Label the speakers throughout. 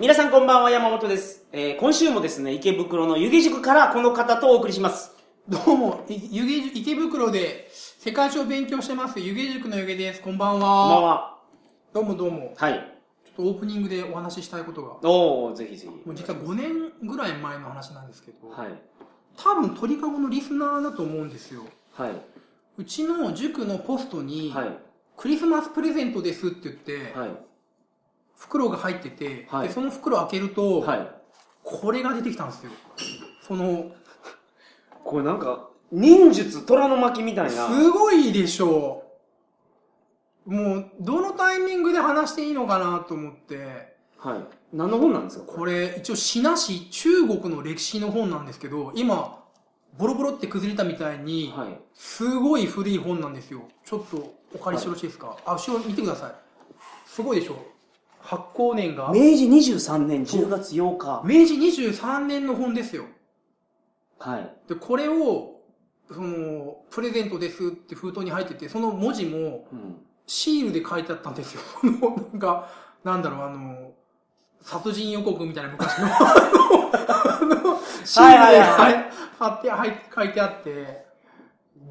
Speaker 1: 皆さんこんばんは、山本です。えー今週もですね、池袋の湯気塾からこの方とお送りします。
Speaker 2: どうも、い湯気塾池袋で世界史を勉強してます、湯気塾の湯気です。こんば
Speaker 1: こ
Speaker 2: んは。
Speaker 1: んばんは。
Speaker 2: どうもどうも。
Speaker 1: はい。
Speaker 2: ちょっとオープニングでお話ししたいことが、も
Speaker 1: おー、ぜひぜひ。
Speaker 2: う実は5年ぐらい前の話なんですけど、
Speaker 1: はい。
Speaker 2: 多分鳥かごのリスナーだと思うんですよ。
Speaker 1: はい。
Speaker 2: うちの塾のポストに、
Speaker 1: はい。
Speaker 2: クリスマスプレゼントですって言って、
Speaker 1: はい。
Speaker 2: 袋が入ってて、
Speaker 1: はい
Speaker 2: でその袋開けると、
Speaker 1: はい。
Speaker 2: これが出てきたんですよ。その、
Speaker 1: これなんか、忍術虎の巻みたいな。
Speaker 2: すごいでしょう。もう、どのタイミングで話していいのかなと思って、
Speaker 1: はい。何の本なんですか
Speaker 2: これ、一応、シナ市、中国の歴史の本なんですけど、今、ボロボロって崩れたみたいに、
Speaker 1: はい。
Speaker 2: すごい古い本なんですよ。ちょっと、お借りしてよろしいですか、あ、後ろ見てください。すごいでしょう。発行年が、
Speaker 1: 明治23年10月8日。
Speaker 2: 明治23年の本ですよ。
Speaker 1: はい。
Speaker 2: で、これを、その、プレゼントですって封筒に入ってて、その文字も、
Speaker 1: うん。
Speaker 2: シールで書いてあったんですよ。 このなんか、なんだろう、あの、殺人予告みたいな昔 の、あのシール
Speaker 1: はいはい
Speaker 2: で
Speaker 1: はい
Speaker 2: は貼って、はい書いてあって、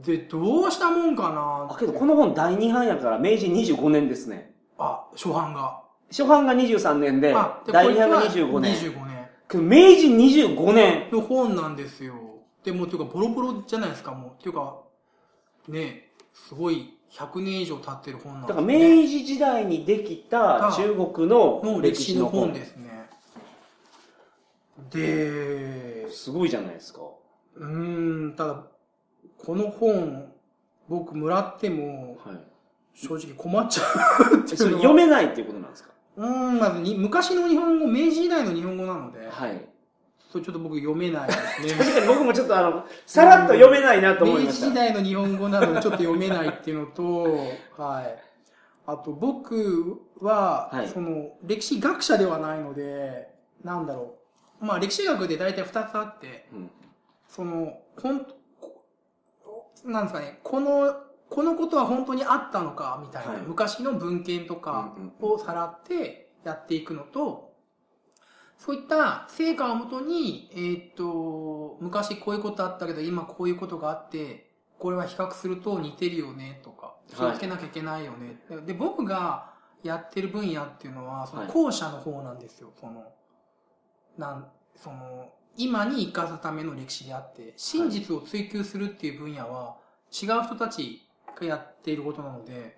Speaker 2: で、どうしたもんかな
Speaker 1: あ、
Speaker 2: って
Speaker 1: けどこの本第2版やから明治25年ですね。
Speaker 2: あ、初版が。
Speaker 1: 初版が23年で、
Speaker 2: あ、で
Speaker 1: 第
Speaker 2: こい
Speaker 1: 2
Speaker 2: つ
Speaker 1: 版
Speaker 2: は
Speaker 1: が25年。
Speaker 2: 25年
Speaker 1: けど明治25年。
Speaker 2: の本なんですよ。でも、ていうか、ボロボロじゃないですか、もう。ていうか、ね、すごい、100年以上経ってる本なん
Speaker 1: だ
Speaker 2: です
Speaker 1: から
Speaker 2: よ
Speaker 1: 明
Speaker 2: ね
Speaker 1: 治時代にできた中国の
Speaker 2: の
Speaker 1: 歴
Speaker 2: 歴
Speaker 1: 史
Speaker 2: 史
Speaker 1: の
Speaker 2: の
Speaker 1: 本
Speaker 2: 本
Speaker 1: で
Speaker 2: ですね。で、
Speaker 1: す。すごいじゃないですか。は
Speaker 2: うーん、ただ、この本、僕もら っても、
Speaker 1: い。
Speaker 2: 正直困っちゃうって
Speaker 1: え
Speaker 2: いう
Speaker 1: それ
Speaker 2: のは
Speaker 1: 読めないっていうことなんですか
Speaker 2: うーん、まずに、昔の日本語、明治時代の日本語なので、
Speaker 1: はい。
Speaker 2: それちょっと僕読 めないですね。
Speaker 1: 確かに僕もちょっとあの、さらっと読めないなと思い
Speaker 2: 明
Speaker 1: ま
Speaker 2: 治
Speaker 1: した。
Speaker 2: 時代の日本語なのでちょっと読めないっていうの と、はい。あと僕は、
Speaker 1: はい
Speaker 2: その、歴史学者ではないので、なんだろう。まあ歴史学で大体2つあって、
Speaker 1: うん
Speaker 2: その、ほん、こなんですかね、この、このことは本当にあったのか、みたいな、
Speaker 1: はい
Speaker 2: 昔の文献とか
Speaker 1: うんうん
Speaker 2: をさらってやっていくのと、そういった成果をもとに、えーっと、昔こういうことあったけど、今こういうことがあって、これは比較すると似てるよね、とか、気をつけなきゃいけないよね。で、僕がやってる分野っていうのは、その
Speaker 1: はい
Speaker 2: 後者の方なんですよ、その、なん、その、今に生かすための歴史であって、真実を追求するっていう分野は違う人たちがやっていることなので、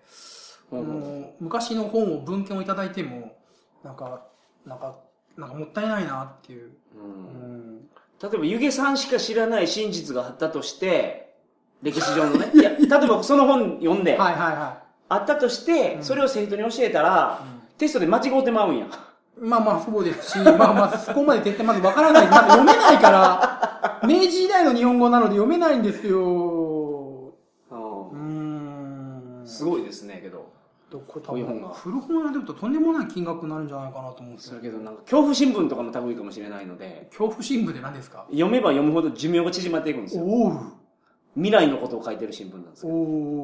Speaker 1: うん
Speaker 2: この昔の本を、文献をいただいても、なんか、なんか、なんかもったいないなっていう。
Speaker 1: うん
Speaker 2: うん
Speaker 1: 例えば、湯気さんしか知らない真実があったとして、歴史上の ね。いや、例えばその本読んで、
Speaker 2: はいはいは
Speaker 1: あったとして、
Speaker 2: うん
Speaker 1: それを生徒に教えたら、テストで間違うてまうんや。
Speaker 2: い。うんまあまあそうですし、 まあまあそこまで絶対まずわからない。まず読めないから、明治時代の日本語なので読めないんですよ。うーん。
Speaker 1: すごいですね、けど。
Speaker 2: とこれ多
Speaker 1: こういう本が
Speaker 2: 分古本屋で売るととんでもない金額になるんじゃないかなと思うんです
Speaker 1: そ
Speaker 2: よ
Speaker 1: れけど、なんか、恐怖新聞とかも類いかもしれないので、
Speaker 2: 恐怖新聞で何ですか
Speaker 1: 読めば読むほど寿命が縮まっていくんですよ。
Speaker 2: おう
Speaker 1: 未来のことを書いてる新聞なんですよ。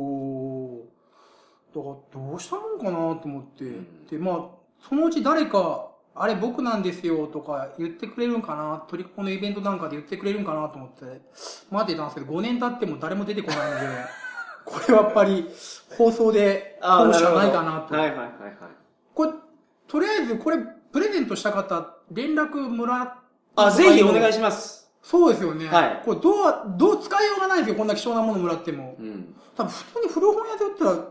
Speaker 2: おうだからどうしたもんかなと思って、
Speaker 1: うん
Speaker 2: でまあそのうち誰か「あれ僕なんですよ」とか言ってくれるんかな取りこのイベントなんかで言ってくれるんかなと思って待ってたんですけど5年経っても誰も出てこ ないんでこれはやっぱり放送で
Speaker 1: あー
Speaker 2: 撮るしかないかなと
Speaker 1: はいはいはいはい。
Speaker 2: これとりあえずこれプレゼントした方連絡もらって
Speaker 1: あ、ぜひお願い
Speaker 2: し
Speaker 1: します。
Speaker 2: そうですよね。
Speaker 1: はい
Speaker 2: これどう、どう使いようがないですよ、こんな貴重なものもらっても。
Speaker 1: うん。
Speaker 2: 多分普通に古本屋で売ったら、うん万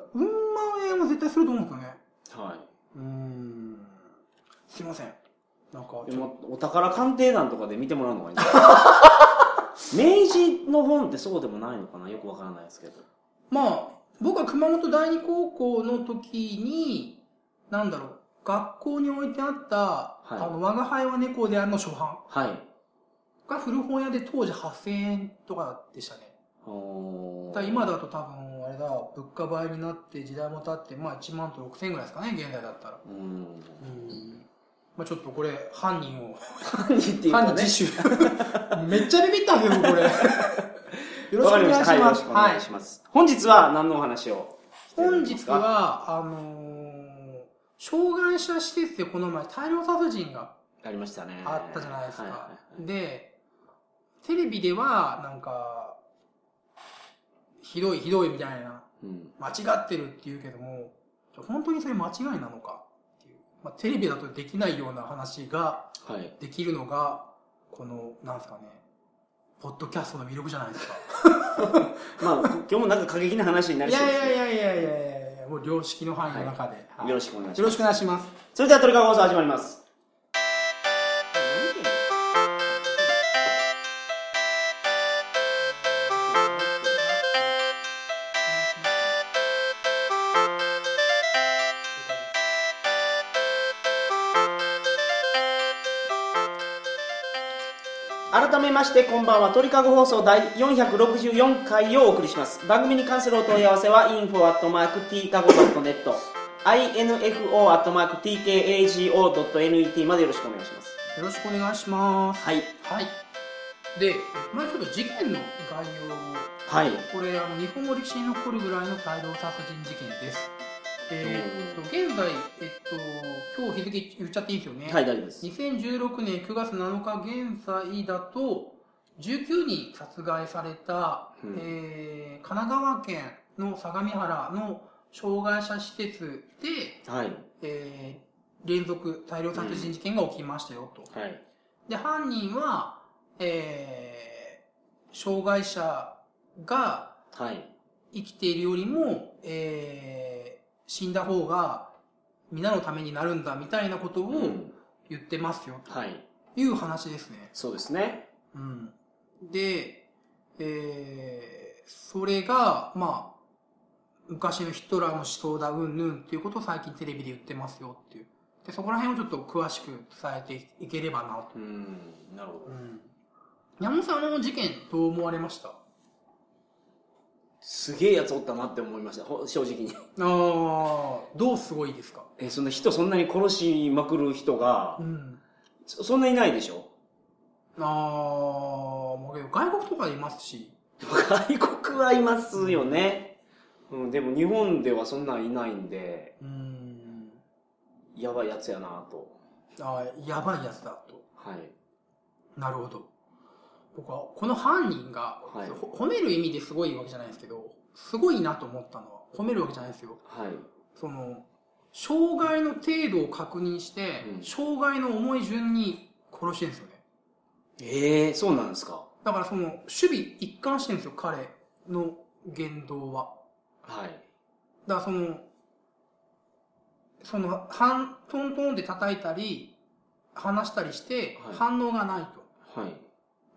Speaker 2: 円は絶対すると思うんですよね。
Speaker 1: は
Speaker 2: うーん。すいません。なんか、
Speaker 1: い。
Speaker 2: ち
Speaker 1: で
Speaker 2: ょっ
Speaker 1: も、お宝鑑定団とかで見てもらうのがいいんじゃ ない明治の本ってそうでもないのかなよくわからないですけど。
Speaker 2: とまあ、僕は熊本第二高校の時に、なんだろう、学校に置いてあった、
Speaker 1: い
Speaker 2: あの、我が輩は猫であるの初版
Speaker 1: はい。
Speaker 2: が古本屋で当時8000円とかでしたね。
Speaker 1: おー
Speaker 2: だから今だと多分、あれだ、物価倍になって時代も経って、まあ1万と6000円ぐらいですかね、現在だったら。
Speaker 1: うん。
Speaker 2: うんまあ、ちょっとこれ犯人を
Speaker 1: 犯人っていうか
Speaker 2: 犯人
Speaker 1: ね。
Speaker 2: 自首めっちゃビビったんですよ これよろしく
Speaker 1: わ
Speaker 2: お
Speaker 1: かりま
Speaker 2: 願い
Speaker 1: し
Speaker 2: した
Speaker 1: はいよ
Speaker 2: ま
Speaker 1: ろし
Speaker 2: す
Speaker 1: くお願いします。本日は何のお話をしてる
Speaker 2: 本
Speaker 1: んで
Speaker 2: 日
Speaker 1: すか
Speaker 2: はあのー障害者施設でこの前大量殺人が
Speaker 1: ありましたね。
Speaker 2: あったじゃないですか。
Speaker 1: は
Speaker 2: で、テレビでは、なんか、ひどいひどいみたいな、
Speaker 1: いうん。
Speaker 2: 間違ってるって言うけども、本当にそれ間違いなのかっていう。まあ、テレビだとできないような話が
Speaker 1: はい。
Speaker 2: できるのが、この、なんですかね、ポッドキャストの魅力じゃないですか。
Speaker 1: まあ、今日もなんか過激な話にないりそう
Speaker 2: や
Speaker 1: で
Speaker 2: い
Speaker 1: す、ね。
Speaker 2: やいやいやいやいやもう良識の範囲の中で。はい
Speaker 1: よ
Speaker 2: よ
Speaker 1: ろしくお願いしま
Speaker 2: ろ
Speaker 1: す。
Speaker 2: しくお願いします。
Speaker 1: それでは、トリカゴ放送始まります。改めましてこんばんは鳥かご放送第464回をお送りします番組に関するお問い合わせは info.tkago.net info.tkago.net までよろしくお願いします
Speaker 2: よろしくお願いします。
Speaker 1: はい
Speaker 2: はい。で、まあちょっと事件の概要を
Speaker 1: はい
Speaker 2: これあの日本語歴史に残るぐらいの大量殺人事件です。えーっと現在、えっと、今日日付言っちゃっていいですよね、
Speaker 1: はい大丈夫です
Speaker 2: 2016年9月7日現在だと19人殺害された、
Speaker 1: うん
Speaker 2: えー神奈川県の相模原の障害者施設で、
Speaker 1: はい
Speaker 2: えー連続大量殺人事件が起きましたよと。
Speaker 1: はい
Speaker 2: で、犯人は、えー障害者が
Speaker 1: はい
Speaker 2: 生きているよりも、えー死んだ方が皆のためになるんだみたいなこと
Speaker 1: う
Speaker 2: を
Speaker 1: ん
Speaker 2: 言ってますよ、
Speaker 1: はい
Speaker 2: という話ですね。
Speaker 1: そうですね
Speaker 2: うん。で、えーそれが、まあ、昔のヒトラーの思想だ、うんぬんっていうことを最近テレビで言ってますよっていう。で、そこら辺をちょっと詳しく伝えていければなと。
Speaker 1: うんなるほど
Speaker 2: うん。山本さん、あの事件どう思われましたあ
Speaker 1: すげえやつおったなって思いましたほ正直に
Speaker 2: あ、どうすごいですか
Speaker 1: えそんな人そんなに殺しまくる人が
Speaker 2: うん。
Speaker 1: そそんないないでしょ
Speaker 2: あー、もうけど外国とかでいますし、
Speaker 1: 外国はいますよね、うん、でも日本ではそんなんいないんで
Speaker 2: うーん、
Speaker 1: やばいやつやなと
Speaker 2: あーやばいやつだと。
Speaker 1: はい
Speaker 2: なるほど。僕は、この犯人が、
Speaker 1: はい
Speaker 2: ほ褒める意味ですごいわけじゃないですけど、すごいなと思ったのは、褒めるわけじゃないですよ。
Speaker 1: はい
Speaker 2: その、障害の程度を確認して、
Speaker 1: うん
Speaker 2: 障害の重い順に殺してるんですよね。
Speaker 1: ええそうなんですか
Speaker 2: だからその、守備一貫してるんですよ、彼の言動は。
Speaker 1: はい
Speaker 2: だからその、その、反、トントンで叩いたり、話したりして
Speaker 1: はい、
Speaker 2: 反応がないと。
Speaker 1: はい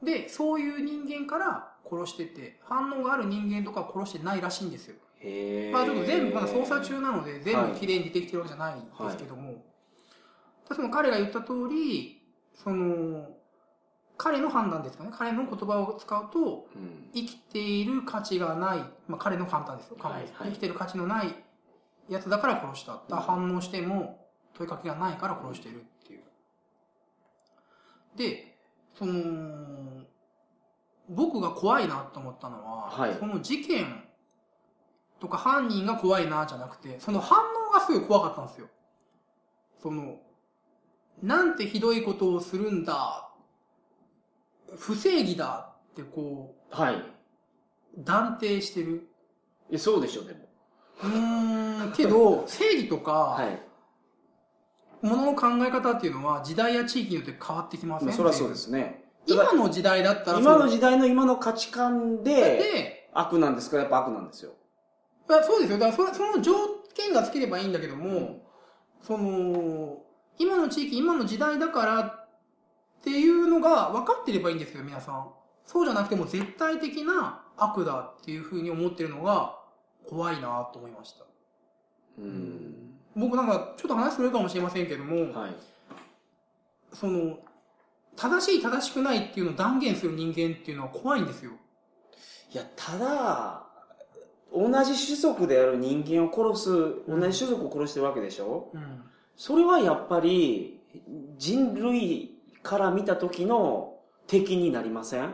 Speaker 2: で、そういう人間から殺してて、反応がある人間とかは殺してないらしいんですよ。
Speaker 1: へえ
Speaker 2: まあちょっと全部、まだ捜査中なので、全
Speaker 1: はい
Speaker 2: 部きれいにできてるわけじゃないんですけども、ただその彼が言った通り、その、彼の判断ですかね、彼の言葉を使うと、
Speaker 1: うん
Speaker 2: 生きている価値がない、まあ、彼の判断ですよ、
Speaker 1: はい
Speaker 2: 彼です
Speaker 1: はい
Speaker 2: 生きている価値のないやつだから殺した。
Speaker 1: うん
Speaker 2: 反応しても問いかけがないから殺してるっていう。で、その、僕が怖いなと思ったのは、
Speaker 1: はい
Speaker 2: この事件とか犯人が怖いなじゃなくて、その反応がすごい怖かったんですよ。その、なんてひどいことをするんだ、不正義だってこう、
Speaker 1: はい
Speaker 2: 断定してる。
Speaker 1: えそうでしょでも
Speaker 2: うーん、けど、正義と
Speaker 1: は
Speaker 2: か、
Speaker 1: い
Speaker 2: ものの考え方っていうのは、時代や地域によって変わってきません
Speaker 1: まあそりゃそうで。すねだから
Speaker 2: 今の時代だったら、
Speaker 1: 今の
Speaker 2: 時
Speaker 1: 時代の今の価値観
Speaker 2: 代
Speaker 1: で
Speaker 2: で、
Speaker 1: 悪なんですからやっぱ悪なんですよ
Speaker 2: まあそうですよ。だからそ、その条件がつければいいんだけども、
Speaker 1: うん
Speaker 2: その、今の地域、今の時代だからっていうのが分かってればいいんですよ、皆さん。そうじゃなくても絶対的な悪だっていうふうに思ってるのが怖いなと思いました。
Speaker 1: うん
Speaker 2: 僕なんかちょっと話するかもしれませんけども、
Speaker 1: はい
Speaker 2: その、正しい正しくないっていうのを断言する人間っていうのは怖いんですよ。
Speaker 1: いや、ただ、同じ種族である人間を殺す、
Speaker 2: うん
Speaker 1: 同じ種族を殺してるわけでしょ
Speaker 2: うん。
Speaker 1: それはやっぱり、人類から見た時の敵になりません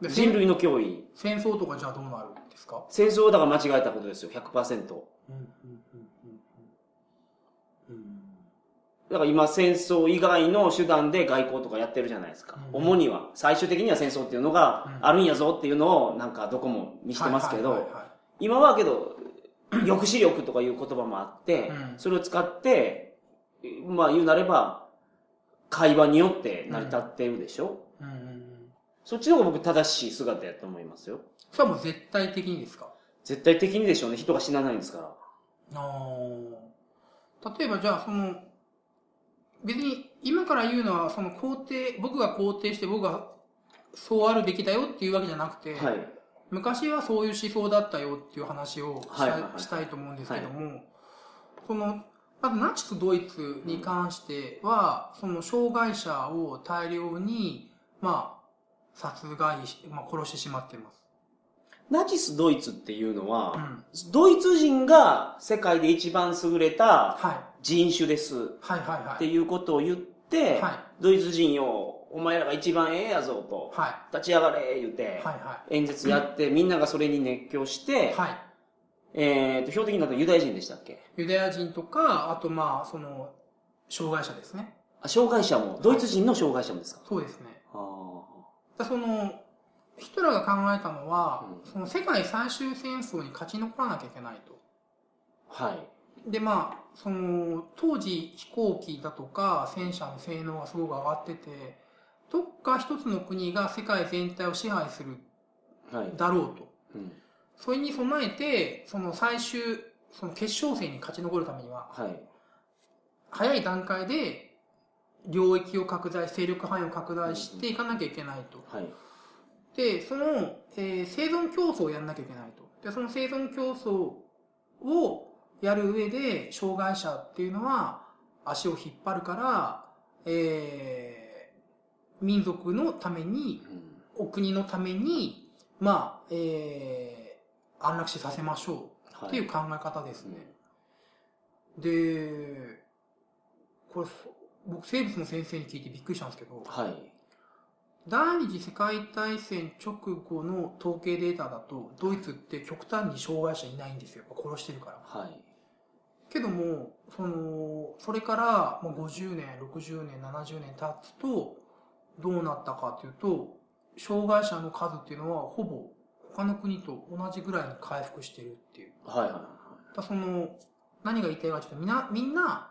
Speaker 2: で
Speaker 1: 人
Speaker 2: 戦
Speaker 1: 類の脅威。
Speaker 2: 戦争とかじゃあどうなるんですか
Speaker 1: 戦争をだから間違えたことですよ、100%。
Speaker 2: うん、うん、うん、うん。うん。
Speaker 1: だから今戦争以外の手段で外交とかやってるじゃないですか。
Speaker 2: うん
Speaker 1: 主には、最終的には戦争っていうのが
Speaker 2: うん
Speaker 1: あるんやぞっていうのをなんかどこも見せてますけ
Speaker 2: はいは
Speaker 1: ど
Speaker 2: い、はいは
Speaker 1: 今はけど、 抑止力とかいう言葉もあって、
Speaker 2: うん
Speaker 1: それを使って、まあ言うなれば、会話によって成り立ってるでしょ、
Speaker 2: いうんうんうん。
Speaker 1: そっちの方が僕正しい姿やと思いますよ。
Speaker 2: それはもう絶対的にですか
Speaker 1: 絶対的にでしょうね。人が死なないんですから。
Speaker 2: あー例えばじゃあその別に今から言うのはその肯定僕が肯定して僕がそうあるべきだよっていうわけじゃなくて、
Speaker 1: はい。
Speaker 2: 昔はそういう思想だったよっていう話をした,、
Speaker 1: はいはいはい
Speaker 2: したいと思うんですけども、そのまずナチスドイツに関しては、その障害者を大量にまあ殺害し、まあ、殺してしまっています。
Speaker 1: ナチスドイツっていうの
Speaker 2: う
Speaker 1: は、
Speaker 2: ん
Speaker 1: ドイツ人が世界で一番優れた
Speaker 2: はい、
Speaker 1: 人種です。
Speaker 2: はいはい
Speaker 1: っ
Speaker 2: は
Speaker 1: て
Speaker 2: い
Speaker 1: いうことを言って、
Speaker 2: はい
Speaker 1: ドイツ人よ、お前らが一番ええやぞと、
Speaker 2: はい
Speaker 1: 立ち上がれ言って、
Speaker 2: はいは
Speaker 1: 演説やって、みんながそれに熱狂して、
Speaker 2: いはい
Speaker 1: えーと、標的になったのユダヤ人でしたっけ
Speaker 2: ユダヤ人とか、あとまあ、その、障害者ですね。
Speaker 1: あ、障害者も、ドイツ人の障害者もですか、
Speaker 2: そうですね。
Speaker 1: あー
Speaker 2: だその、ヒトラーが考えたのは、
Speaker 1: うん
Speaker 2: その世界最終戦争に勝ち残らなきゃいけないと。
Speaker 1: はい。
Speaker 2: でまあ、その、当時飛行機だとか戦車の性能がすごく上がってて、どっか一つの国が世界全体を支配する
Speaker 1: はい。
Speaker 2: だろうと。
Speaker 1: うん。
Speaker 2: それに備えて、その最終、その決勝戦に勝ち残るためには、
Speaker 1: はい。
Speaker 2: 早い段階で領域を拡大勢力範囲を拡大していかなきゃいけないと
Speaker 1: はい。
Speaker 2: でその、えー生存競争をやらなきゃいけないとでその生存競争をやる上で障害者っていうのは足を引っ張るから、えー民族のために
Speaker 1: うん
Speaker 2: お国のためにまあ、えー安楽死させましょう
Speaker 1: は
Speaker 2: っていう考え方ですね、で、これ、そ僕、生物の先生に聞いてびっくりしたんですけど、
Speaker 1: はい。
Speaker 2: 第二次世界大戦直後の統計データだと、ドイツって極端に障害者いないんですよ。やっぱ殺してるから。
Speaker 1: はい。
Speaker 2: けども、その、それからもう50年、60年、70年経つと、どうなったかというと、障害者の数っていうのは、ほぼ他の国と同じぐらいに回復してるっていう。
Speaker 1: はい。はい。
Speaker 2: だからその、何が言いたいかちょっとみんな、みんな、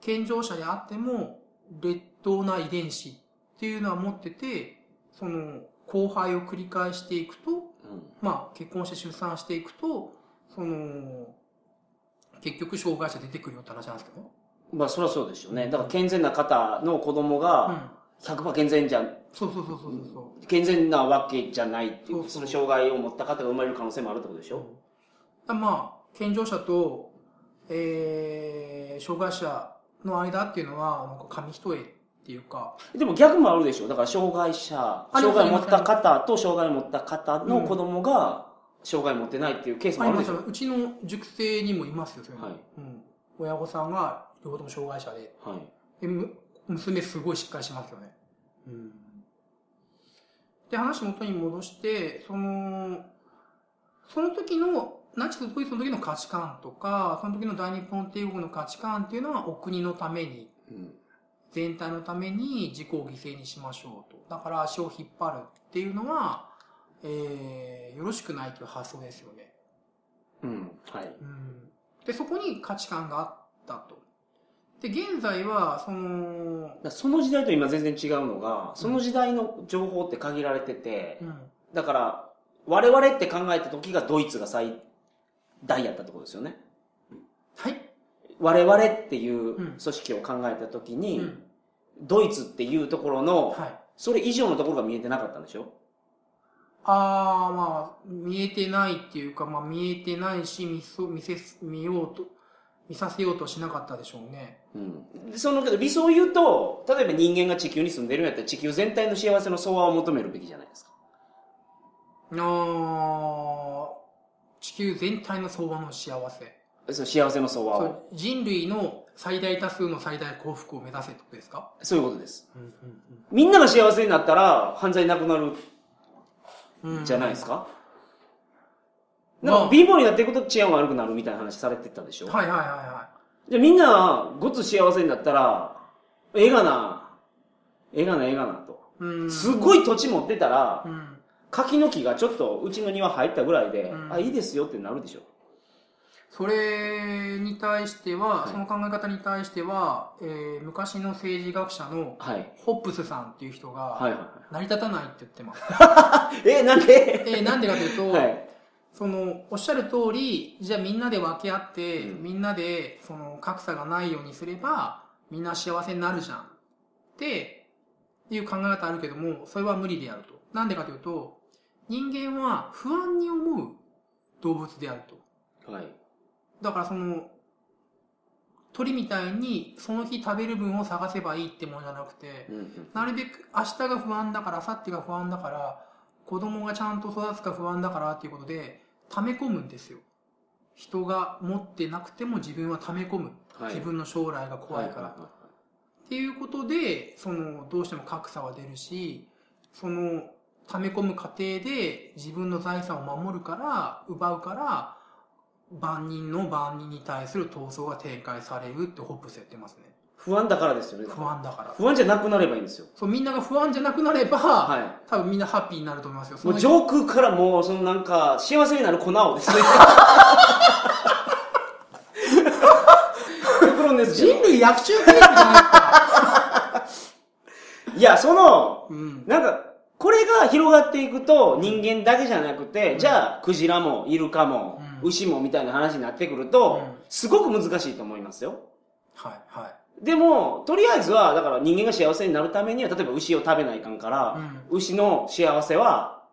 Speaker 2: 健常者であっても、劣等な遺伝子っていうのは持ってて、その、後輩を繰り返していくと、
Speaker 1: うん。
Speaker 2: まあ、結婚して出産していくと、その、結局障害者出てくるよって話なんですけど。
Speaker 1: まあ、そりゃそうですよね。だから、健全な方の子供が、
Speaker 2: うん。
Speaker 1: 100%健全じゃ、
Speaker 2: そうそうそうそうそうそう。
Speaker 1: 健全なわけじゃないっていう、
Speaker 2: そう
Speaker 1: そ
Speaker 2: そう
Speaker 1: の障害を持った方が生まれる可能性もあるってことでしょ、
Speaker 2: だまあ、健常者と、えー、障害者の間っていうのは、なんか紙一重っていうか、
Speaker 1: でも逆もあるでしょだから障害者、
Speaker 2: ります
Speaker 1: 障害を持った方と障害を持った方の子供が、障害を持ってないっていうケースも
Speaker 2: あ
Speaker 1: あ
Speaker 2: り
Speaker 1: る
Speaker 2: ま
Speaker 1: ですしょ
Speaker 2: ようちの塾生にもいますよ、そういうの
Speaker 1: はい
Speaker 2: うん、親御さんが両方とも障害者で
Speaker 1: はい。
Speaker 2: でむ娘すごいしっかりしますよね、うん、で話元に戻してそのその時のナチス・ドイツの時の価値観とかその時の大日本帝国の価値観っていうのはお国のために
Speaker 1: うん。
Speaker 2: 全体のために自己を犠牲にしましょうとだから足を引っ張るっていうのは、えーよろしくないという発想ですよね
Speaker 1: うん。はい。
Speaker 2: うんで、そこに価値観があったと。で、現在は、その
Speaker 1: だか、らその時代と今全然違うのが、その時代の情報って限られてて、
Speaker 2: うん、
Speaker 1: だから、我々って考えた時がドイツが最大やったってことですよね。
Speaker 2: はい、
Speaker 1: 我々っていう
Speaker 2: うん
Speaker 1: 組織を考えた時に、
Speaker 2: うん、
Speaker 1: ドイツっていうところの、
Speaker 2: はい。
Speaker 1: それ以上のところが見えてなかったんでしょ
Speaker 2: ああ、まあ、見えてないっていうか、まあ、見えてないし、見そ、見せ、見ようと、見させようとしなかったでしょうね。
Speaker 1: うん。でそのけど理想を言うと、例えば人間が地球に住んでるんやったら地球全体の幸せの相和を求めるべきじゃないですか。
Speaker 2: あー地球全体の相場の幸せ。
Speaker 1: その幸せの相和
Speaker 2: そ
Speaker 1: を。
Speaker 2: う人類の最大多数の最大幸福を目指せってことですか
Speaker 1: そういうことです。
Speaker 2: うん、
Speaker 1: みんなが幸せになったら犯罪なくなる
Speaker 2: うん、
Speaker 1: じゃないです
Speaker 2: か。
Speaker 1: か、
Speaker 2: うん
Speaker 1: なん
Speaker 2: ま
Speaker 1: か
Speaker 2: あ
Speaker 1: 貧乏になっていくと治安悪くなるみたいな話されてたでしょ、
Speaker 2: はいはいはいは
Speaker 1: じゃあみんな、ごつ幸せになったら、ええがな、ええがな、ええがなと。
Speaker 2: うん。
Speaker 1: すごい土地持ってたら
Speaker 2: う、ん。
Speaker 1: 柿の木がちょっとうちの庭入ったぐらいで、
Speaker 2: うん
Speaker 1: あ、いいですよってなるでしょ。
Speaker 2: それに対しては、
Speaker 1: はい
Speaker 2: その考え方に対しては、えー昔の政治学者の
Speaker 1: はい。
Speaker 2: ホップスさんっていう人
Speaker 1: はい
Speaker 2: が、
Speaker 1: は
Speaker 2: 成り立たないって言ってます。
Speaker 1: い。え、なんで
Speaker 2: えーなんでかというと、
Speaker 1: はい。
Speaker 2: その、おっしゃる通り、じゃあみんなで分け合って、
Speaker 1: うん
Speaker 2: みんなで、その、格差がないようにすれば、みんな幸せになるじゃん。って、いう考え方あるけども、それは無理であると。なんでかというと、人間は不安に思う動物であると。
Speaker 1: はい。
Speaker 2: だからその、鳥みたいにその日食べる分を探せばいいってもんじゃなくて、
Speaker 1: うんうん
Speaker 2: なるべく明日が不安だから、明後日が不安だから、子供がちゃんと育つか不安だからっていうことで、溜め込むんですよ。人が持ってなくても自分は溜め込む。
Speaker 1: はい
Speaker 2: 自分の将来が怖いから。
Speaker 1: は
Speaker 2: っていうことで、その、どうしても格差は出るし、その、溜め込む過程で自分の財産を守るから、奪うから、万人の万人に対する闘争が展開されるってホップスやってますね。
Speaker 1: 不安だからですよね。
Speaker 2: 不安だから。
Speaker 1: 不安じゃなくなればいいんですよ。
Speaker 2: そう、みんなが不安じゃなくなれば、
Speaker 1: は
Speaker 2: 多分みんなハッピーになると思いますよ。
Speaker 1: い。
Speaker 2: そ
Speaker 1: も
Speaker 2: の
Speaker 1: う上空からもう、そのなんか、幸せになる粉を ですね。くるんですけ
Speaker 2: 人
Speaker 1: ど。
Speaker 2: 類役中ゲームじゃないですか。
Speaker 1: いや、その、
Speaker 2: うん。
Speaker 1: なんか、これが広がっていくと人間だけじゃなくて、
Speaker 2: うん
Speaker 1: じゃあ、クジラもイルカも、
Speaker 2: うん
Speaker 1: 牛もみたいな話になってくると、
Speaker 2: うん
Speaker 1: すごく難しいと思いますよ。
Speaker 2: はい、はい。
Speaker 1: でも、とりあえずは、だから人間が幸せになるためには、例えば牛を食べないかんから、牛の幸せは、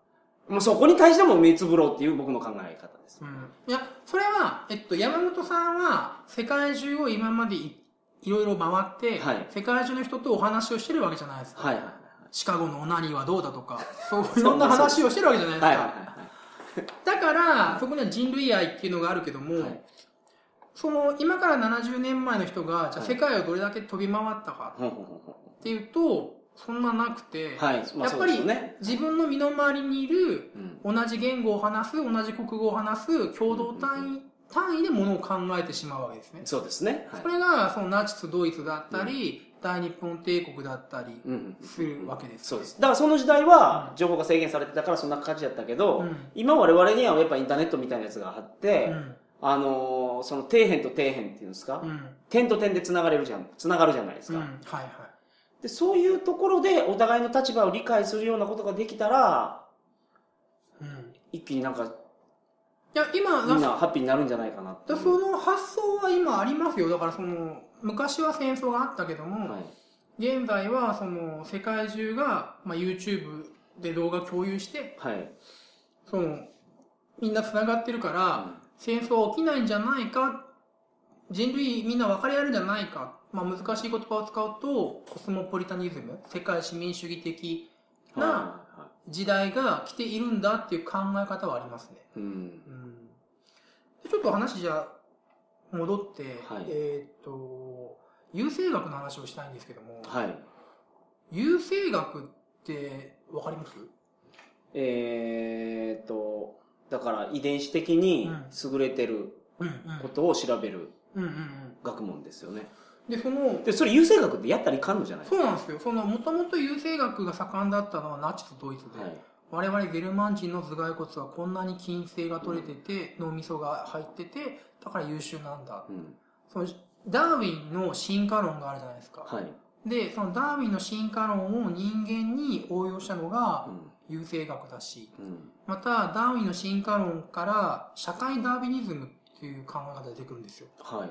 Speaker 1: もうそこに対しても目つぶろうっていう僕の考え方です。
Speaker 2: うんいや、それは、えっと、山本さんは、世界中を今までいいろいろ回って、
Speaker 1: はい
Speaker 2: 世界中の人とお話をしてるわけじゃないですか。
Speaker 1: はいはい
Speaker 2: シカゴのオナニーはどうだ とか、そう
Speaker 1: そう
Speaker 2: いろんな話をしてるわけじゃないですか。
Speaker 1: はい。はいはい
Speaker 2: だから、そこには人類愛っていうのがあるけども、
Speaker 1: はいはい。
Speaker 2: その、今から70年前の人が、じゃあ
Speaker 1: はい
Speaker 2: 世界をどれだけ飛び回ったか
Speaker 1: ほんほんほんほん
Speaker 2: っていうと、そんななくて、
Speaker 1: はい。まあ
Speaker 2: や
Speaker 1: そ
Speaker 2: っ
Speaker 1: う
Speaker 2: ぱ
Speaker 1: で
Speaker 2: り
Speaker 1: すよね。
Speaker 2: 自分の身の回りにいる
Speaker 1: うん。
Speaker 2: 同じ言語を話す同じ国語を話す共同単位単位でものを考えてしまうわけですね、
Speaker 1: そうですね。はい
Speaker 2: そ。れがそのナチスドイツだったり、大日本帝国だったり
Speaker 1: うんうん
Speaker 2: するわけです
Speaker 1: そう
Speaker 2: ね、
Speaker 1: です。だからその時代は、情報が制限されてたからそんな感じだったけど、
Speaker 2: うん
Speaker 1: 今我々にはやっぱインターネットみたいなやつがあって、
Speaker 2: うん
Speaker 1: あのーその底辺と底辺っていうんですか、
Speaker 2: うん
Speaker 1: 点と点で繋がれるじゃん、繋がるじゃないです
Speaker 2: うん
Speaker 1: か。
Speaker 2: はいはい
Speaker 1: で、そういうところでお互いの立場を理解するようなことができたら、
Speaker 2: うんい
Speaker 1: 一気になんか、
Speaker 2: や今
Speaker 1: みんなハッピーになるんじゃないかなってい
Speaker 2: だ
Speaker 1: う。
Speaker 2: その発想は今ありますよだからその昔は戦争があったけども、
Speaker 1: はい。
Speaker 2: 現在はその世界中が、まあ、YouTube で動画共有して
Speaker 1: はい。
Speaker 2: そのみんな繋がってるから、戦争は起きないんじゃないか人類みんな分かり合えるんじゃないか、まあ、難しい言葉を使うとコスモポリタニズム世界市民主義的
Speaker 1: うんはい
Speaker 2: な
Speaker 1: は
Speaker 2: 時代が来ているんだっていう考え方はありますね、
Speaker 1: いうん。
Speaker 2: うん、でちょっと話じゃあ戻って、
Speaker 1: はい
Speaker 2: えーっと優生学の話をしたいんですけども、
Speaker 1: はい。
Speaker 2: 優生学って分かります
Speaker 1: えーっと、だから遺伝子的に優れてる
Speaker 2: うんうん
Speaker 1: ことを調べる
Speaker 2: うんうんうん
Speaker 1: 学問ですよね。
Speaker 2: でその
Speaker 1: で、それ優生学ってやったらいかんのじゃない
Speaker 2: そうなんですよ。その、もともと優生学が盛んだったのはナチスドイツで、
Speaker 1: はい。
Speaker 2: 我々ゲルマン人の頭蓋骨はこんなに筋性が取れてて、脳みそが入ってて、だから優秀なんだ。
Speaker 1: うん。
Speaker 2: その、ダーウィンの進化論があるじゃないですか。
Speaker 1: はい。
Speaker 2: で、そのダーウィンの進化論を人間に応用したのが
Speaker 1: うん
Speaker 2: 優生学だし、
Speaker 1: うん。
Speaker 2: また、ダーウィンの進化論から社会ダーウィニズムっていう考え方が出てくるんですよ。
Speaker 1: はい。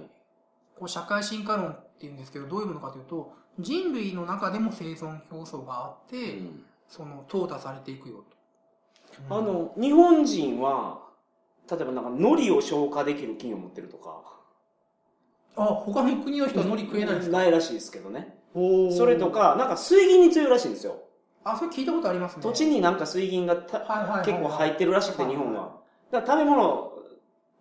Speaker 2: こう社会進化論っていうんですけど、どういうものかというと、人類の中でも生存競争があって、
Speaker 1: うん
Speaker 2: その、淘汰されていくよと。
Speaker 1: あ、の、日本人は、例えばなんか、海苔を消化できる菌を持ってるとか。
Speaker 2: あ、他の国の人は海苔食えないんですか
Speaker 1: ないらしいですけどね。
Speaker 2: お
Speaker 1: それと。か、なんか水銀に強いらしいんですよ。
Speaker 2: あ、それ聞いたことありますね。
Speaker 1: 土地
Speaker 2: に、
Speaker 1: になんか水銀がた
Speaker 2: はいはいはいはい
Speaker 1: 結構入ってるらしくて、日本は。だから食べ物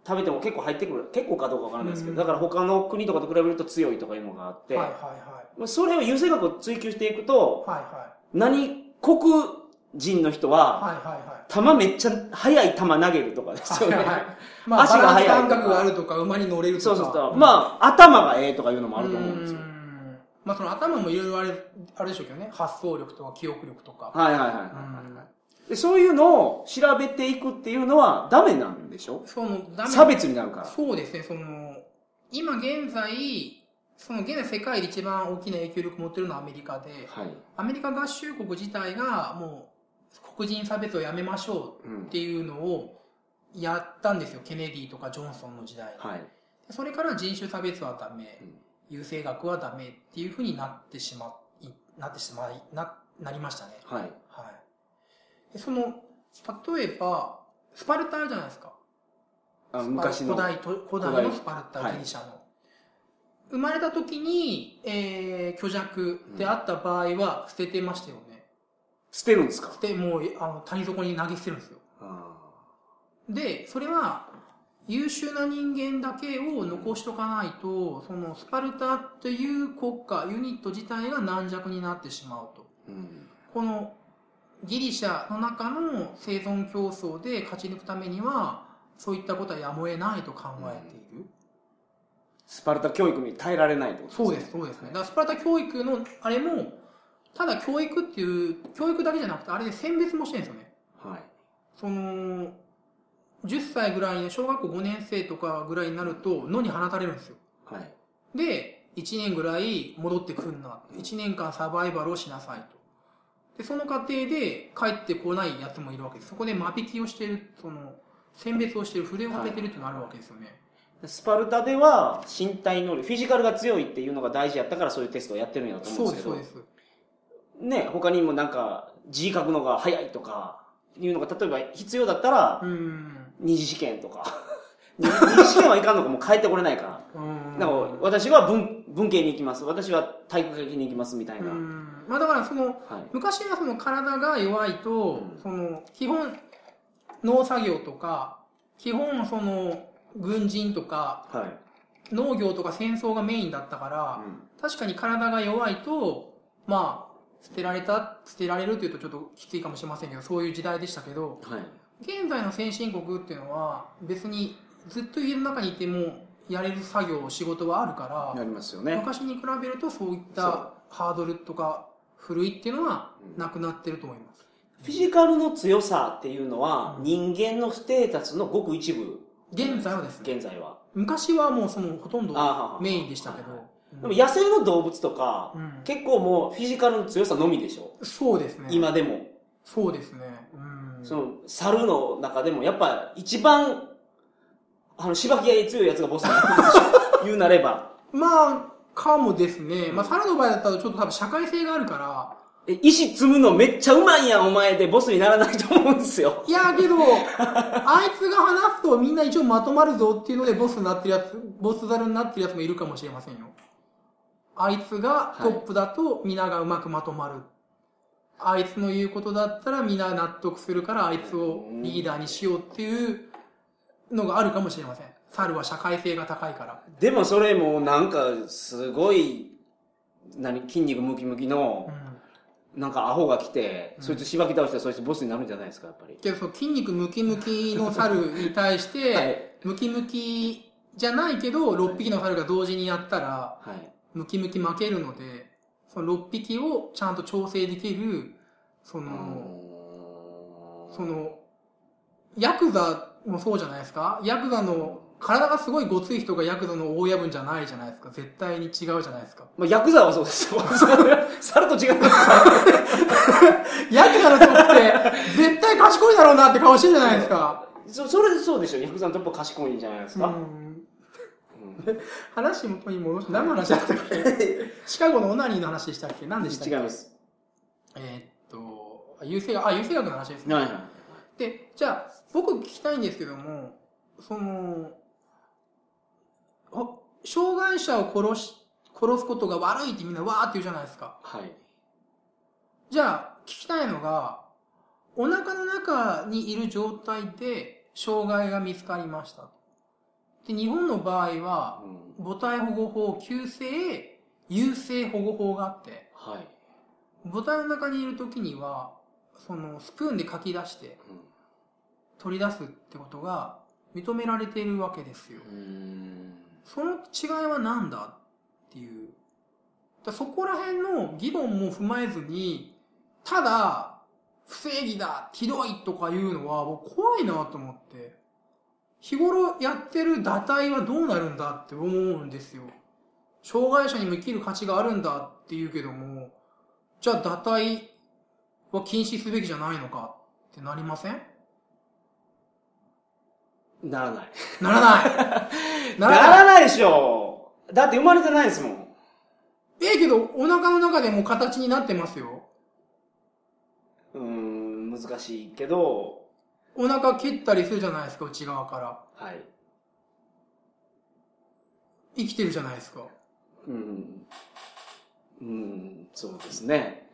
Speaker 1: 食べても結構入ってくる。結構かどうかわからないですけ
Speaker 2: うん
Speaker 1: ど、だから他の国とかと比べると強いとかいうのがあって、
Speaker 2: はいはいはい。
Speaker 1: それを優生学を追求していくと、
Speaker 2: はいは
Speaker 1: 何、国人の人は、
Speaker 2: はいは
Speaker 1: 球めっちゃ速い球投げるとかです
Speaker 2: い
Speaker 1: よ
Speaker 2: はい。
Speaker 1: ね。
Speaker 2: はいはい。まあ、
Speaker 1: 足
Speaker 2: 足
Speaker 1: が
Speaker 2: が
Speaker 1: 速いとか
Speaker 2: 感覚があるとか、馬に乗れると
Speaker 1: そ
Speaker 2: か。
Speaker 1: うそうそう。まあ、頭がええとかいうのもあると思うんですよ
Speaker 2: う。んまあ、その頭もいろいろあれ、あれでしょうけどね。発想力とか記憶力とか。
Speaker 1: はいはいはいは
Speaker 2: うん
Speaker 1: いはいで。そういうのを調べていくっていうのはダメなんでしょ
Speaker 2: その、ダメ
Speaker 1: 差別になるから。
Speaker 2: そうですね、その、今現在、その現在世界で一番大きな影響力を持ってるのはアメリカで、
Speaker 1: はい。
Speaker 2: アメリカ合衆国自体がもう黒人差別をやめましょ
Speaker 1: う
Speaker 2: うんっていうのをやったんですよ、ケネディとかジョンソンの時代に。
Speaker 1: はい。
Speaker 2: それから人種差別はダメ、優生学はダメっていうふうになってしまい、なってしまい、な、なりましたね。
Speaker 1: はい。
Speaker 2: はい。でその、例えば、スパルタあるじゃないですか。
Speaker 1: あ昔の。
Speaker 2: 古
Speaker 1: はい。
Speaker 2: 代と古代のスパルタギリシャの、生まれた時に、えー、巨弱であった場合は捨ててましたよね、
Speaker 1: 捨てるんですか
Speaker 2: 捨てもうあの谷底に投げ捨てるんですよ
Speaker 1: あ
Speaker 2: でそれは優秀な人間だけを残しとかないとそのスパルタという国家ユニット自体が軟弱になってしまうと
Speaker 1: ーうん。
Speaker 2: このギリシャの中の生存競争で勝ち抜くためにはそういったことはやむを得ないと考えている、
Speaker 1: スパルタ教育に耐えられないってこと
Speaker 2: そうです、そうですね。だからスパルタ教育の、あれも、ただ教育っていう、教育だけじゃなくて、あれで選別もしてるんですよね。
Speaker 1: はい。
Speaker 2: その、10歳ぐらいの小学校5年生とかぐらいになると、野に放たれるんですよ。
Speaker 1: はい。
Speaker 2: で、1年ぐらい戻ってくんな。1年間サバイバルをしなさいと。で、その過程で帰ってこないやつもいるわけです。そこで間引きをしてる、その、選別をしてる、筆をかけてるっていうのがあるわけですよね。
Speaker 1: スパルタでは身体能力、フィジカルが強いっていうのが大事やったからそういうテストをやってるんやと思
Speaker 2: そううんで、
Speaker 1: ですす
Speaker 2: そう
Speaker 1: け
Speaker 2: です。
Speaker 1: ど、ね、他にもなんか字書くのが早いとかいうのが例えば必要だったら
Speaker 2: う、ん。
Speaker 1: 二次試験とか。二次試験はいかんのかもう帰ってこれないから。
Speaker 2: うん
Speaker 1: なんか私は文文系に行きます。私は体育系に行きますみたいうな。
Speaker 2: ん。まあだからその、
Speaker 1: はい。
Speaker 2: 昔はその体が弱いと、
Speaker 1: うん
Speaker 2: その基本農作業とか基本その軍人とか
Speaker 1: はい。
Speaker 2: 農業とか戦争がメインだったから、確かに体が弱いとまあ捨てられた捨てられるというとちょっときついかもしれませんけどそういう時代でしたけど
Speaker 1: はい。
Speaker 2: 現在の先進国っていうのは別にずっと家の中にいてもやれる作業仕事はあるから、
Speaker 1: なりますよね。
Speaker 2: 昔に比べるとそういっ
Speaker 1: そう
Speaker 2: たハードルとか古いっていうのは
Speaker 1: うん
Speaker 2: なくなってると思います。
Speaker 1: フィジカルの強さっていうのは、
Speaker 2: うん
Speaker 1: 人間のステータスのごく一部、
Speaker 2: 現在はですね、
Speaker 1: 現在は。
Speaker 2: 昔はもうそのほとんど
Speaker 1: あはは
Speaker 2: メインでしたけど
Speaker 1: は、
Speaker 2: うん
Speaker 1: でも野生の動物とか、
Speaker 2: うん
Speaker 1: 結構もうフィジカルの強さのみでしょ。
Speaker 2: そうですね。
Speaker 1: 今でも。
Speaker 2: そうですね。うん
Speaker 1: その、猿の中でも、やっぱ一番、あの、芝木が強いやつがボスになってるでしょ。言うなれば。
Speaker 2: まあ、かもですね。まあ、猿の場合だったらちょっと多分社会性があるから、
Speaker 1: え石積むのめっちゃうまいやん、お前でボスにならないと思うんですよ。
Speaker 2: いやけど、あいつが話すとみんな一応まとまるぞっていうのでボスになってるやつ、ボス猿になってるやつもいるかもしれませんよ。あいつがトップだと皆がうまくまとまる。あいつの言うことだったら皆納得するからあいつをリーダーにしようっていうのがあるかもしれません。猿は社会性が高いから。
Speaker 1: でもそれもうなんか、すごい、何、筋肉ムキムキ
Speaker 2: う
Speaker 1: の、
Speaker 2: ん。
Speaker 1: なんかアホが来て、
Speaker 2: うん
Speaker 1: そいつ芝木倒したらそいつボスになるんじゃないですか、やっぱり。
Speaker 2: けどその筋肉ムキムキの猿に対し て、
Speaker 1: はい
Speaker 2: ムキムキじゃないけど6匹の猿が同時にやったら、
Speaker 1: はい。
Speaker 2: ムキムキ負けるので、その6匹をちゃんと調整できる、その、その、ヤクザもそうじゃないですかヤクザの、体がすごいごつい人がヤクザの大親分じゃないじゃないですか。絶対に違うじゃないですか。
Speaker 1: まあ、ヤクザはそうですよ。猿と違います。
Speaker 2: ヤクザのトップって、絶対賢いだろうなって顔してるじゃないですか。
Speaker 1: そ、それそうでしょ。ヤクザのトップは賢いんじゃないです
Speaker 2: う
Speaker 1: か。
Speaker 2: ん。
Speaker 1: うん
Speaker 2: 話元に戻して、何の話 だったっけシカゴのオナニーの話でしたっけ何でしたっ
Speaker 1: 違い
Speaker 2: け
Speaker 1: ます。
Speaker 2: えーっと、優勢学、あ、優勢学の話ですね。
Speaker 1: はいはい。
Speaker 2: で、じゃあ、僕聞きたいんですけども、その、お障害者を殺し、殺すことが悪いってみんなわーって言うじゃないですか。
Speaker 1: はい。
Speaker 2: じゃあ、聞きたいのが、お腹の中にいる状態で障害が見つかりました。で、日本の場合は、
Speaker 1: うん
Speaker 2: 母体保護法、旧性、優生保護法があって、
Speaker 1: はい。
Speaker 2: 母体の中にいる時には、そのスプーンでかき出して取り出すってことが認められているわけですよ。
Speaker 1: うん。
Speaker 2: その違いは何だっていう。だそこら辺の議論も踏まえずに、ただ、不正義だひどいとかいうのは、僕怖いなと思って。日頃やってる堕胎はどうなるんだって思うんですよ。障害者にも生きる価値があるんだって言うけども、じゃあ堕胎は禁止すべきじゃないのかってなりません
Speaker 1: ならない。
Speaker 2: ならない
Speaker 1: ならないでしょだって生まれてないですもん。
Speaker 2: ええけど、お腹の中でもう形になってますよ。
Speaker 1: うーん、難しいけど、
Speaker 2: お腹蹴ったりするじゃないですか、内側から。
Speaker 1: はい。
Speaker 2: 生きてるじゃないですか。
Speaker 1: うん。うん、そうですね。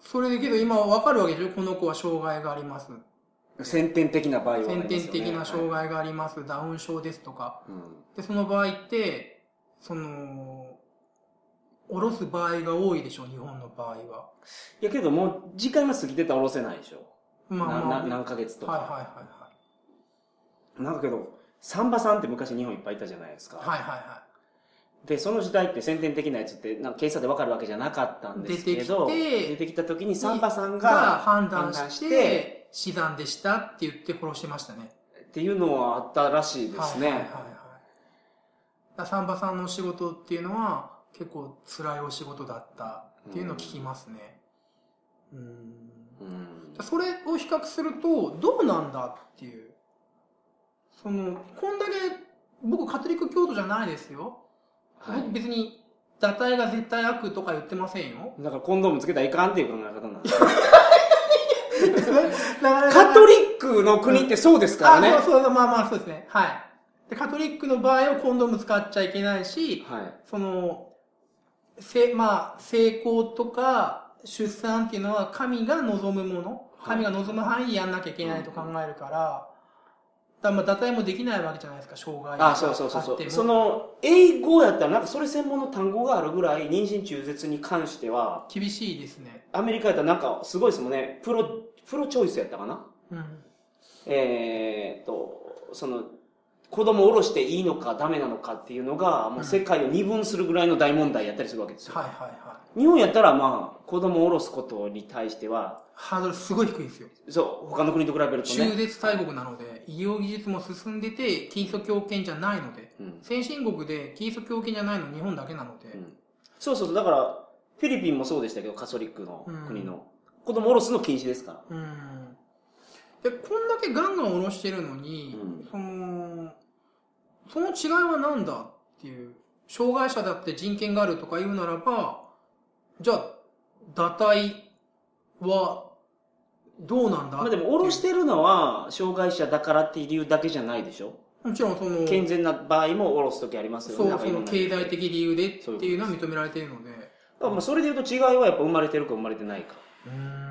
Speaker 2: それだけど今わかるわけでしょこの子は障害があります。
Speaker 1: 先天的な場合はありますよ
Speaker 2: 先
Speaker 1: ね。
Speaker 2: 天的な障
Speaker 1: はい
Speaker 2: 害があります。ダウン症ですとか。
Speaker 1: うん
Speaker 2: で、その場合って、その、下ろす場合が多いでしょ日本の場合は。
Speaker 1: いやけどもう時間が過ぎてたら下ろせないでしょ。
Speaker 2: ま
Speaker 1: なな
Speaker 2: はい
Speaker 1: 何ヶ月とか。
Speaker 2: はいは
Speaker 1: なんかけど、サンバさんって昔日本いっぱいいたじゃないですか。
Speaker 2: いはい。はいは
Speaker 1: で、その時代って先天的なやつって、なんか警察でわかるわけじゃなかったんですけど、
Speaker 2: 出てきて
Speaker 1: 出てきた時にサンバさん
Speaker 2: い。が
Speaker 1: が、
Speaker 2: 判断し
Speaker 1: 判断して
Speaker 2: て、死産でしたって言って殺してましたね。
Speaker 1: っていうのはあったらしいですね。
Speaker 2: はいはいはいはい、だからサンバさんのお仕事っていうのは結構辛いお仕事だったっていうのを聞きますね。うん。
Speaker 1: うん
Speaker 2: それを比較するとどうなんだっていう。その、こんだけ僕カトリック教徒じゃないですよ。
Speaker 1: は
Speaker 2: 僕
Speaker 1: い。
Speaker 2: 別に堕胎が絶対悪とか言ってません よ。
Speaker 1: だからコンドームつけたらいかんっていう考え方なんです。カ
Speaker 2: カ
Speaker 1: トリックの国ってそうですからね。
Speaker 2: あ、そうそう、まあまあそうですね。はい。で、カトリックの場合はコンドーム使っちゃいけないし、
Speaker 1: はい。
Speaker 2: その、せ、まあ、成功とか、出産っていうのは神が望むもの、
Speaker 1: はい
Speaker 2: 神が望む範囲やんなきゃいけないと考えるから、だからまあ、堕胎もできないわけじゃないですか、障害が
Speaker 1: あ、そうそうそう
Speaker 2: あっ
Speaker 1: そ
Speaker 2: ても
Speaker 1: う。その、英語やったらなんかそれ専門の単語があるぐらい、妊娠中絶に関しては、
Speaker 2: 厳しいですね。
Speaker 1: アメリカやったらなんかすごいですもんね。プロ、プロチョイスやったかな
Speaker 2: うん。
Speaker 1: えーっと、その、子供を下ろしていいのかダメなのかっていうのが、もう世界を二分するぐらいの大問題やったりするわけですよ。
Speaker 2: はいはいはい。
Speaker 1: 日本やったらまあ、子供を下ろすことに対しては、
Speaker 2: ハードルすごい低いんですよ。
Speaker 1: そう、他の国と比べると
Speaker 2: 中
Speaker 1: ね。
Speaker 2: 絶大国なので、医療技術も進んでて、キリスト教圏じゃないので、
Speaker 1: うん
Speaker 2: 先進国でキリスト教圏じゃないの日本だけなので、
Speaker 1: うんそうそうそう、だから、フィリピンもそうでしたけど、カトリックの
Speaker 2: うん
Speaker 1: 国の。子供を下ろすの禁止ですから。
Speaker 2: うんで、こんだけガンガン下ろしてるのに、
Speaker 1: うん
Speaker 2: その、その違いは何だっていう。障害者だって人権があるとか言うならば、じゃあ、堕胎はどうなんだ
Speaker 1: まあでも、下ろしてるのは、障害者だからっていう理由だけじゃないでしょ。
Speaker 2: もちろんその、
Speaker 1: 健全な場合も下ろすときありますよね。
Speaker 2: そう、
Speaker 1: なんか
Speaker 2: そ
Speaker 1: いろ
Speaker 2: の
Speaker 1: んな
Speaker 2: 経済的理由でって
Speaker 1: そう
Speaker 2: い
Speaker 1: いうう
Speaker 2: の
Speaker 1: こ
Speaker 2: は
Speaker 1: と
Speaker 2: 認められているので、
Speaker 1: だからまあそれで言うと違いはやっぱ生まれてるか生まれてないか。
Speaker 2: うーん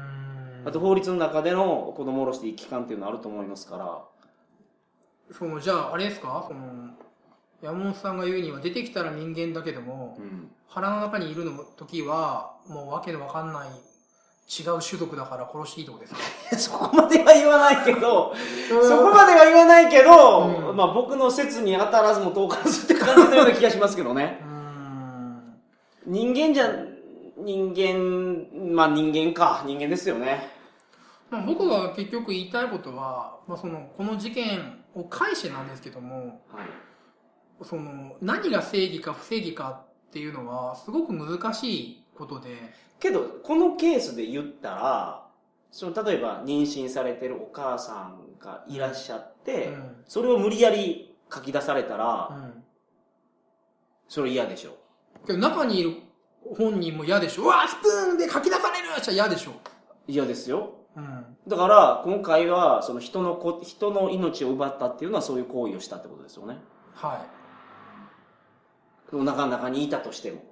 Speaker 1: あと法律の中での子供を下ろしていい期間っていうのはあると思いますから。
Speaker 2: その、じゃあ、あれですかその、山本さんが言うには出てきたら人間だけども、
Speaker 1: うん。
Speaker 2: 腹の中にいるの時は、もうわけのわかんない、違う種族だから殺していいとこですか
Speaker 1: そこまでは言わないけど、
Speaker 2: そ
Speaker 1: そこまでは言わないけど、
Speaker 2: うん
Speaker 1: まあ僕の説に当たらずも遠からずって感じのような気がしますけどね。
Speaker 2: うーん。
Speaker 1: 人間じゃ、人間、まあ人間か。人間ですよね。
Speaker 2: まあ、僕が結局言いたいことは、まあ、その、この事件を返してなんですけども、
Speaker 1: はい。
Speaker 2: その、何が正義か不正義かっていうのは、すごく難しいことで、
Speaker 1: けど、このケースで言ったら、その例えば妊娠されてるお母さんがいらっしゃって、
Speaker 2: うん
Speaker 1: それを無理やり書き出された
Speaker 2: う
Speaker 1: ら、
Speaker 2: ん。
Speaker 1: それ嫌でしょ。
Speaker 2: けど中にいる本人も嫌でしょうわスプーンで書き出されるじゃ嫌でしょ
Speaker 1: 嫌ですよ。
Speaker 2: うん。
Speaker 1: だから、今回は、その人のこ、人の命を奪ったっていうのはそういう行為をしたってことですよね。
Speaker 2: はい。
Speaker 1: お腹の中にいたと しても。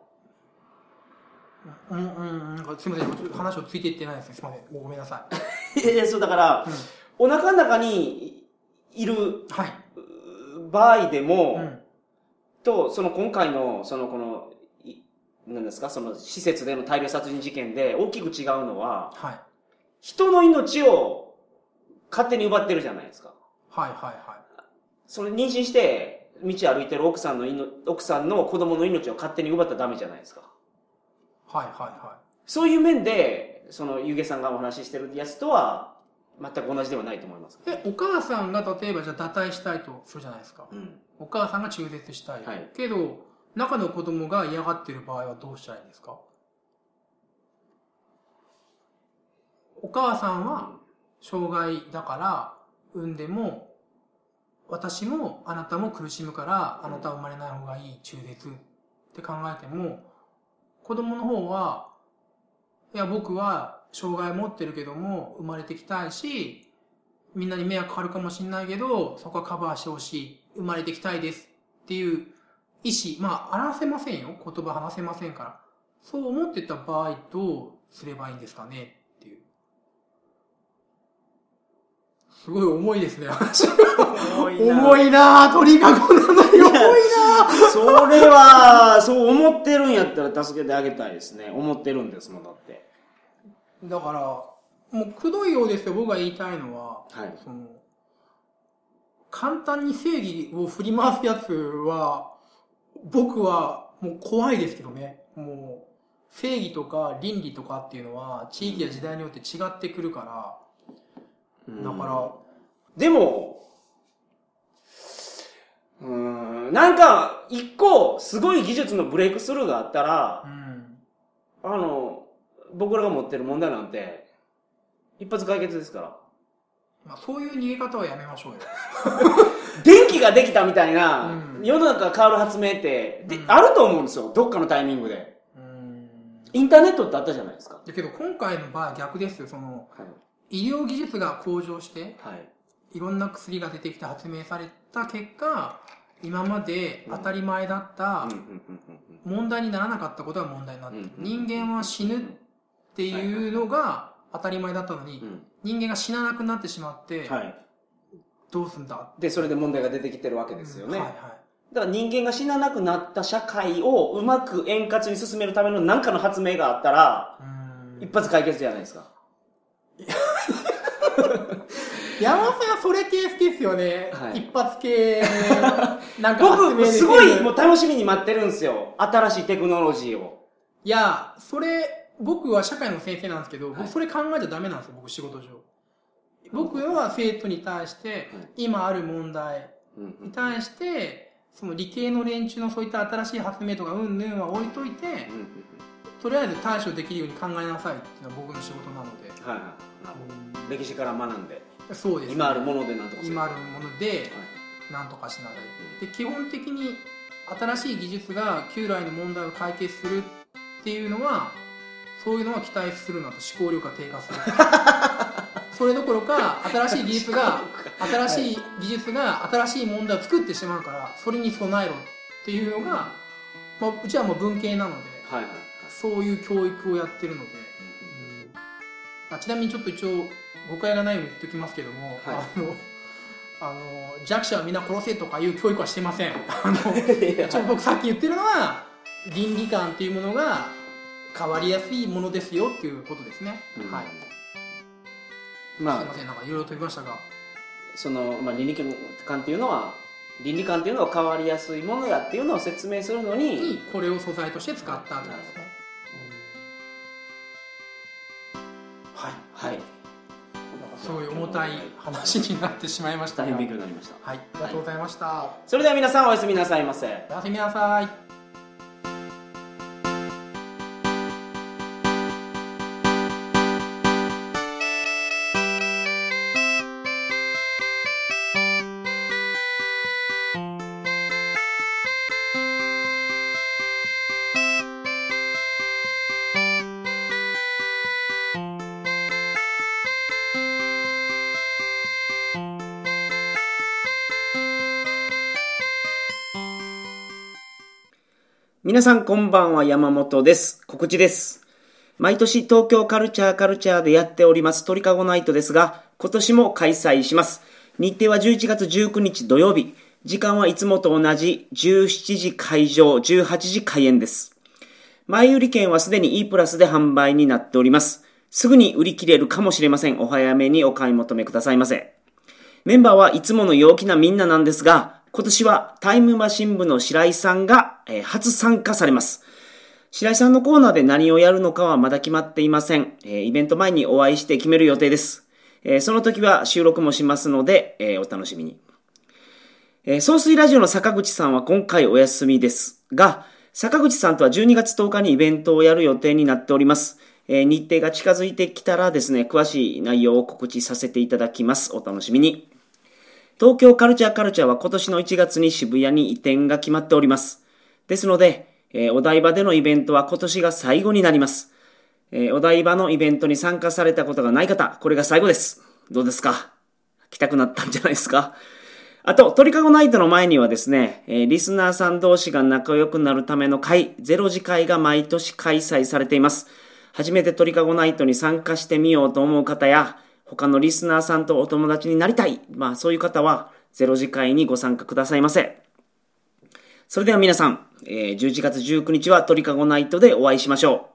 Speaker 2: うん、うん、うん。すいません。ちょっと話をついていってないですね。すいません。ごめんなさい。
Speaker 1: いやいや、そう、だから、お腹の中にいる
Speaker 2: はい。
Speaker 1: う場合でも、
Speaker 2: うん。
Speaker 1: と、その今回の、そのこの、いなんですか、その施設での大量殺人事件で大きく違うのは、
Speaker 2: はい。
Speaker 1: 人の命を勝手に奪ってるじゃないですか。
Speaker 2: はいは
Speaker 1: それ妊娠して、道歩いてる奥さんのいの、奥さんの子供の命を勝手に奪ったらダメじゃないですか。
Speaker 2: いはい。はいはいは
Speaker 1: そういう面で、その、ゆげさんがお話ししてるやつとは、全く同じではないと思います。
Speaker 2: い。で、お母さんが例えばじゃあ堕胎したいとするじゃないですか。
Speaker 1: うん。
Speaker 2: お母さんが中絶したい。
Speaker 1: はい
Speaker 2: けど、中の子供が嫌がってる場合はどうしたらいいんですかお母さんは障害だから産んでも、私もあなたも苦しむから、
Speaker 1: う
Speaker 2: あ
Speaker 1: ん
Speaker 2: なたは生まれない方がいい中絶って考えても、子供の方は、いや僕は障害持ってるけども生まれてきたいし、みんなに迷惑かかるかもしれないけど、そこはカバーしてほしい。生まれてきたいです。っていう意思。まあ、表せませんよ。言葉話せませんから。そう思ってた場合、どうすればいいんですかねっていう。すごい重いですね、話。
Speaker 1: 重
Speaker 2: 重いなぁ、鳥がこんなに 重いなぁ。
Speaker 1: それは、そう思ってるんやったら助けてあげたいですね。思ってるんですもん、だって。
Speaker 2: だから、もうくどいようですよ、僕が言いたいのは。
Speaker 1: はい
Speaker 2: その、簡単に正義を振り回すやつは、僕はもう怖いですけどね。もう、正義とか倫理とかっていうのは、地域や時代によって違ってくるから、だから、
Speaker 1: でも、うーん、なんか、一個、すごい技術のブレイクスルーがあったら
Speaker 2: う、ん。
Speaker 1: あの、僕らが持ってる問題なんて、一発解決ですから。
Speaker 2: まあ、そういう逃げ方はやめましょうよ。
Speaker 1: 電気ができたみたいな、
Speaker 2: うん
Speaker 1: 世の中が変わる発明って、で
Speaker 2: うん
Speaker 1: あると思うんですよ。どっかのタイミングで。
Speaker 2: うん。
Speaker 1: インターネットってあったじゃないですか。
Speaker 2: だけど今回の場合は逆ですよ。その、
Speaker 1: はい。
Speaker 2: 医療技術が向上して、
Speaker 1: はい。
Speaker 2: いろんな薬が出てきて発明された結果、今まで当たり前だった、
Speaker 1: うんうんうんうんうん
Speaker 2: 問題にならなかったことが問題になってる、
Speaker 1: うんうん
Speaker 2: 人間は死ぬっていうのが当たり前だったのに、
Speaker 1: う
Speaker 2: 人間が死ななくなってしまっ
Speaker 1: ん
Speaker 2: て、
Speaker 1: はい。
Speaker 2: どうすんだ
Speaker 1: で、それで問題が出てきてるわけですよね。
Speaker 2: うんはいは
Speaker 1: だから人間が死ななくなった社会をうまく円滑に進めるための何かの発明があったら、
Speaker 2: い、
Speaker 1: 一発解決じゃないですか。
Speaker 2: 山本さんはそれ系好きですよね、
Speaker 1: はい
Speaker 2: 一発系なんか発明で
Speaker 1: 僕、
Speaker 2: きる
Speaker 1: すごいもう楽しみに待ってるんですよ。新しいテクノロジーを。
Speaker 2: いやそれ僕は社会の先生なんですけど、
Speaker 1: はい
Speaker 2: 僕それ考えちゃダメなんですよ僕仕事上僕は生徒に対して、
Speaker 1: はい
Speaker 2: 今ある問題
Speaker 1: うんう
Speaker 2: に
Speaker 1: ん
Speaker 2: 対して、その理系の連中のそういった新しい発明とかうんぬんは置いといて
Speaker 1: うん、うん
Speaker 2: とりあえず対処できるように考えなさいっていうのは僕の仕事なので、
Speaker 1: はいはい。なるほど。歴史から学んで、
Speaker 2: そうですね、
Speaker 1: 今あるものでなんとかする。
Speaker 2: 今あ
Speaker 1: は
Speaker 2: るものでなんとかしなさいで基本的に新しい技術が旧来の問題を解決するっていうのはそういうのは期待するのと思考力が低 下するそれどころか新しい技術が新しい技術が新しい問題を作ってしまうからそれに備えろっていうのが、まあ、うちはもう文系なので
Speaker 1: い。 はいはい。
Speaker 2: そういう教育をやってるので、あちなみにちょっと一応誤解がないように言っておきますけども、
Speaker 1: は
Speaker 2: あのあの弱者は皆殺せとかいう教育はしてませんあのちょ僕さっき言ってるのは倫理観っていうものが変わりやすいものですよっていうことですね、
Speaker 1: うん
Speaker 2: はい、
Speaker 1: ますあ
Speaker 2: いま、せんなんかいろいろ飛びましたが
Speaker 1: その、まあ、倫理観っていうのは、倫理観っていうのは変わりやすいものやっていうのを説明するの
Speaker 2: に
Speaker 1: に、
Speaker 2: これを素材として使ったってことですね、はい
Speaker 1: はい。
Speaker 2: そういう重たい話になってしまいました
Speaker 1: 大
Speaker 2: が
Speaker 1: 変
Speaker 2: はい
Speaker 1: 勉強になりました。
Speaker 2: ありがとうございました、
Speaker 1: それでは皆さんおやすみなさいませ。
Speaker 2: おやすみなさい
Speaker 1: 皆さんこんばんは山本です。告知です。毎年東京カルチャーカルチャーでやっております鳥かごナイトですが、今年も開催します。日程は11月19日土曜日。時間はいつもと同じ17時会場、18時開演です。前売り券はすでに E プラスで販売になっております。すぐに売り切れるかもしれません。お早めにお買い求めくださいませ。メンバーはいつもの陽気なみんななんですが、今年はタイムマシン部の白井さんが、えー初参加されます。白井さんのコーナーで何をやるのかはまだ決まっていません。えーイベント前にお会いして決める予定です。えーその時は収録もしますので、えーお楽しみに。えー、総水ラジオの坂口さんは今回お休みですが、坂口さんとは12月10日にイベントをやる予定になっております。えー日程が近づいてきたらですね、詳しい内容を告知させていただきます。お楽しみに。東京カルチャーカルチャーは今年の1月に渋谷に移転が決まっております。ですので、えーお台場でのイベントは今年が最後になります。えーお台場のイベントに参加されたことがない方、これが最後です。どうですか来たくなったんじゃないですかあと、鳥かごナイトの前にはですね、えーリスナーさん同士が仲良くなるための会、ゼロ次会が毎年開催されています。初めて鳥かごナイトに参加してみようと思う方や、他のリスナーさんとお友達になりたい、まあそういう方は、ゼロ次会にご参加くださいませ。それでは皆さん、えー11月19日は鳥かごナイトでお会いしましょ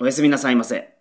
Speaker 1: う。おやすみなさいませ。